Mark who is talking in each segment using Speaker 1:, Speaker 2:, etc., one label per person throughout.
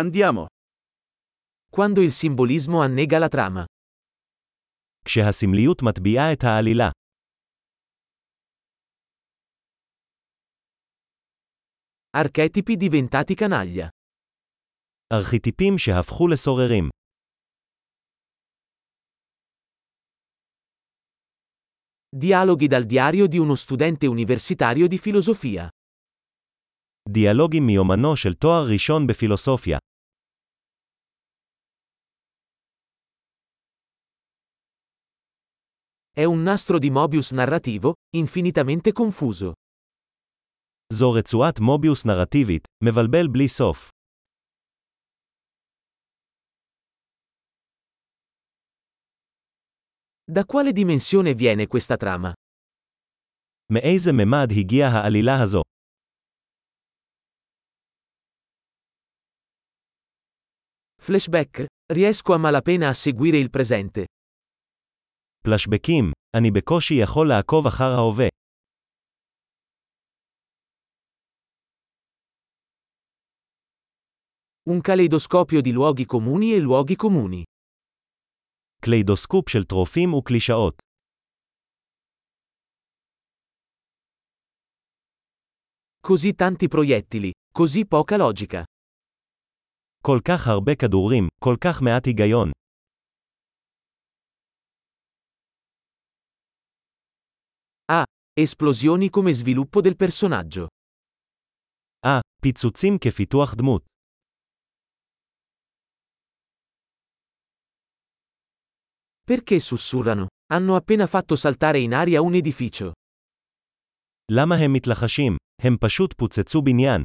Speaker 1: Andiamo.
Speaker 2: Quando il simbolismo annega la trama.
Speaker 3: כשהסמליות מטביעה את העלילה.
Speaker 2: Archetipi diventati canaglia.
Speaker 3: ארכיטיפים שהפכו לסוררים.
Speaker 2: Dialoghi dal diario di uno studente universitario di filosofia.
Speaker 3: דיאלוגים מיומנו של תואר ראשון בפילוסופיה.
Speaker 2: È un nastro di Mobius narrativo, infinitamente confuso.
Speaker 3: זו רצועת מוביוס נרטיבית, מבלבל בלי סוף.
Speaker 2: Da quale dimensione viene questa trama?
Speaker 3: מאיזה ממד הגיעה העלילה הזו?
Speaker 2: Flashback? Riesco a malapena a seguire il presente.
Speaker 3: פלשבקים, אני בקושי יכול לעקוב אחר ההווה.
Speaker 2: Un caleidoscopio di luoghi comuni e luoghi comuni.
Speaker 3: קליידוסקופ של טרופים וקלישאות.
Speaker 2: Così tanti proiettili, così poca logica.
Speaker 3: כל כך הרבה כדורים, כל כך מעט היגיון.
Speaker 2: Esplosioni come sviluppo del personaggio.
Speaker 3: אה, Ah, פיצוצים כפיתוח דמות.
Speaker 2: Perché sussurrano? Hanno appena fatto saltare in aria un edificio.
Speaker 3: למה הם מתלחשים? הם פשוט פוצצו בניין.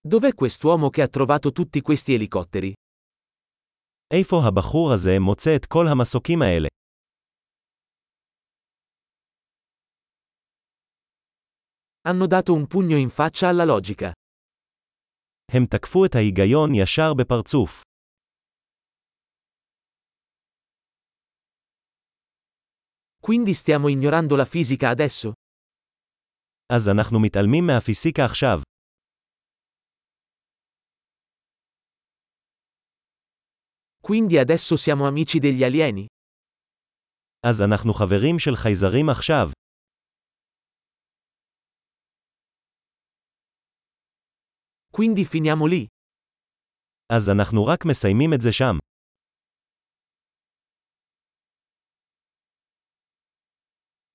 Speaker 2: Dov'è quest'uomo che ha trovato tutti questi elicotteri?
Speaker 3: איפה הבחור הזה מוצא את כל המסוקים האלה?
Speaker 2: Hanno dato un pugno in faccia alla logica.
Speaker 3: הם תקפו את ההיגיון ישר בפרצוף.
Speaker 2: Quindi stiamo ignorando la fisica adesso?
Speaker 3: אז אנחנו מתעלמים מהפיסיקה עכשיו.
Speaker 2: Quindi adesso siamo amici degli alieni?
Speaker 3: אז אנחנו חברים של חייזרים עכשיו.
Speaker 2: Quindi finiamo lì.
Speaker 3: אז אנחנו רק מסיימים את זה שם.